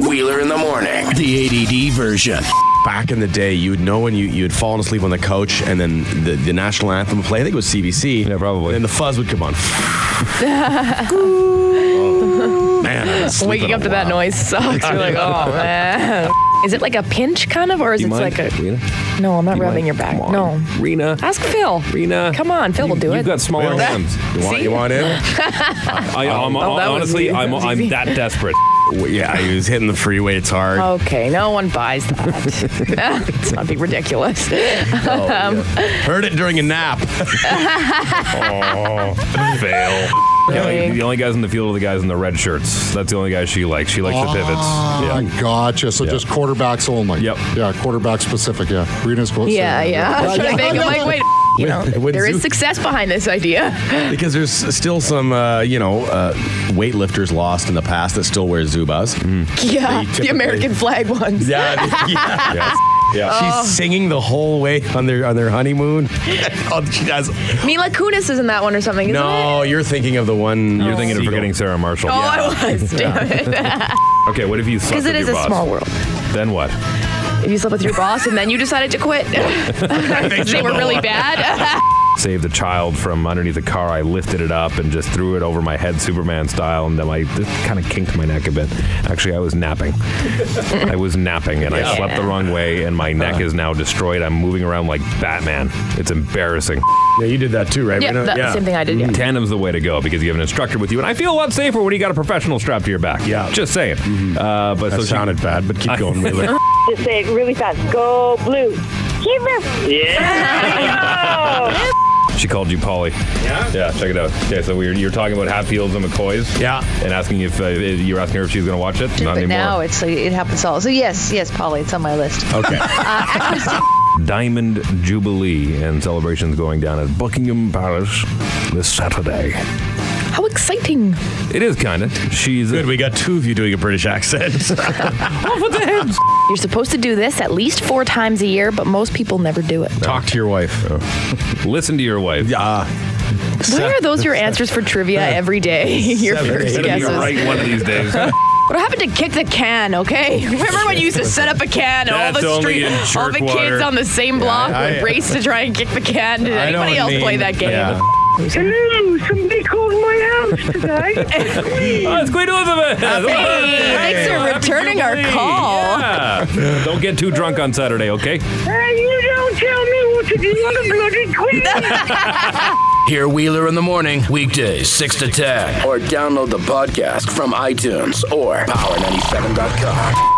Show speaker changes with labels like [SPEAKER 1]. [SPEAKER 1] Wheeler in the morning.
[SPEAKER 2] The ADD version.
[SPEAKER 3] back in the day, you would know when you you had fallen asleep on the couch, and then the, the national anthem would play. I think it was CBC.
[SPEAKER 4] Yeah, probably.
[SPEAKER 3] And the fuzz would come on. man, I was sleeping
[SPEAKER 5] Waking up
[SPEAKER 3] a
[SPEAKER 5] to that
[SPEAKER 3] lot.
[SPEAKER 5] noise sucks. You're like, oh man. Is it like a pinch kind of, or is
[SPEAKER 4] Do
[SPEAKER 5] it
[SPEAKER 4] you mind,
[SPEAKER 5] like a?
[SPEAKER 4] Rena?
[SPEAKER 5] No, I'm not
[SPEAKER 4] Do you
[SPEAKER 5] rubbing
[SPEAKER 4] mind?
[SPEAKER 5] your back.
[SPEAKER 4] Come on.
[SPEAKER 5] No.
[SPEAKER 4] Rena.
[SPEAKER 5] Ask Phil.
[SPEAKER 4] Rena.
[SPEAKER 5] Come on, Phil
[SPEAKER 4] you,
[SPEAKER 5] will do it.
[SPEAKER 4] You've got smaller
[SPEAKER 3] Well,
[SPEAKER 4] ones.
[SPEAKER 3] You want, you want in?
[SPEAKER 4] I, I'm,
[SPEAKER 5] Oh, that was
[SPEAKER 4] honestly,
[SPEAKER 5] easy.
[SPEAKER 4] I'm,
[SPEAKER 5] That was
[SPEAKER 4] I'm
[SPEAKER 5] easy.
[SPEAKER 4] that desperate.
[SPEAKER 3] Well, yeah, I was hitting the freeway. It's hard.
[SPEAKER 5] Okay, no one buys that. Let's not be ridiculous.
[SPEAKER 3] Heard it during a nap.
[SPEAKER 4] Fail. Yeah, like,
[SPEAKER 5] Dang.
[SPEAKER 4] the only guys in the field are the guys in the red shirts. That's the only guys she likes. She likes the
[SPEAKER 6] Ah,
[SPEAKER 4] pivots. Yeah.
[SPEAKER 6] Gotcha. So just quarterbacks only.
[SPEAKER 4] Yep.
[SPEAKER 6] Yeah, quarterback specific. Yeah. Rena's quote.
[SPEAKER 5] Yeah, yeah. I was trying to think. I'm like, wait. You know,
[SPEAKER 3] It wouldn't
[SPEAKER 5] there
[SPEAKER 3] do-
[SPEAKER 5] is success behind this idea.
[SPEAKER 3] because there's still some, uh, you know, uh, weightlifters lost in the past that still wear Zubas.
[SPEAKER 5] Yeah, the
[SPEAKER 3] typically-
[SPEAKER 5] American flag ones.
[SPEAKER 3] Yeah, yeah. Oh. She's singing the whole way on their on their honeymoon. Oh, she does.
[SPEAKER 5] Mila Kunis is in that one or something, isn't it?
[SPEAKER 3] No, you're thinking of the one.
[SPEAKER 4] You're thinking of
[SPEAKER 3] Seagull.
[SPEAKER 4] forgetting Sarah Marshall.
[SPEAKER 5] Oh, I was. Damn it.
[SPEAKER 4] Okay, what if you
[SPEAKER 5] Because
[SPEAKER 4] slept with
[SPEAKER 5] it is
[SPEAKER 4] your
[SPEAKER 5] a
[SPEAKER 4] boss?
[SPEAKER 5] small world.
[SPEAKER 4] Then what?
[SPEAKER 5] If you slept with your boss and then you decided to quit, they were really bad.
[SPEAKER 4] Saved a child from underneath a car. I lifted it up and just threw it over my head, Superman style, and then I kind of kinked my neck a bit. Actually, I was napping. I was napping, and I slept the wrong way, and my neck is now destroyed. I'm moving around like Batman. It's embarrassing.
[SPEAKER 3] Yeah, you did that too, right?
[SPEAKER 5] yeah,
[SPEAKER 3] Rena?
[SPEAKER 5] the same thing I did. Yeah.
[SPEAKER 4] Tandem's the way to go because you have an instructor with you, and I feel a lot safer when you got a professional strapped to your back.
[SPEAKER 3] Yeah. Mm-hmm.
[SPEAKER 4] just saying. Uh, but
[SPEAKER 3] That
[SPEAKER 4] so she-
[SPEAKER 3] sounded bad, but keep going. Wheeler.
[SPEAKER 7] Just say it really fast. Go blue. Shiver. Yeah.
[SPEAKER 4] She called you Polly. Yeah. Yeah. Check it out. Okay, so we were, you were talking about Hatfields and McCoys.
[SPEAKER 3] Yeah.
[SPEAKER 4] And asking if uh, you were asking her if she's going to watch it. Not
[SPEAKER 8] but
[SPEAKER 4] anymore.
[SPEAKER 8] now it's it happens all. So yes, yes, Polly, it's on my list.
[SPEAKER 3] okay.
[SPEAKER 4] Diamond Jubilee and celebrations going down at Buckingham Palace this Saturday.
[SPEAKER 5] How exciting.
[SPEAKER 4] It is kind of. She's
[SPEAKER 3] Good. We got two of you doing a British accent.
[SPEAKER 5] You're supposed to do this at least four times a year, but most people never do it.
[SPEAKER 3] Talk to your wife.
[SPEAKER 4] listen to your wife.
[SPEAKER 3] Yeah.
[SPEAKER 5] Why are those your answers for trivia every day? your
[SPEAKER 3] Seven,
[SPEAKER 5] first
[SPEAKER 3] eight.
[SPEAKER 4] Gonna be
[SPEAKER 5] guesses.
[SPEAKER 4] right one of these days.
[SPEAKER 5] What happened to kick the can? Okay, remember when you used to set up a can and all
[SPEAKER 4] That's
[SPEAKER 5] the
[SPEAKER 4] only
[SPEAKER 5] street,
[SPEAKER 4] in
[SPEAKER 5] all the
[SPEAKER 4] jerk water.
[SPEAKER 5] kids on the same block
[SPEAKER 3] I-
[SPEAKER 5] would race to try and kick the can? Did
[SPEAKER 3] I know
[SPEAKER 5] anybody
[SPEAKER 3] what
[SPEAKER 5] else
[SPEAKER 3] you
[SPEAKER 5] play
[SPEAKER 3] mean.
[SPEAKER 5] that game?
[SPEAKER 3] Yeah.
[SPEAKER 7] Hello, somebody called my house today.
[SPEAKER 4] oh, it's Queen Elizabeth.
[SPEAKER 5] Hey, thanks for returning our call.
[SPEAKER 4] Yeah. Don't get too drunk on Saturday, okay?
[SPEAKER 7] hey, you don't tell me what to do. I'm a bloody queen.
[SPEAKER 1] Hear Wheeler in the morning, weekdays 6 to 10. Or download the podcast from iTunes or power97.com.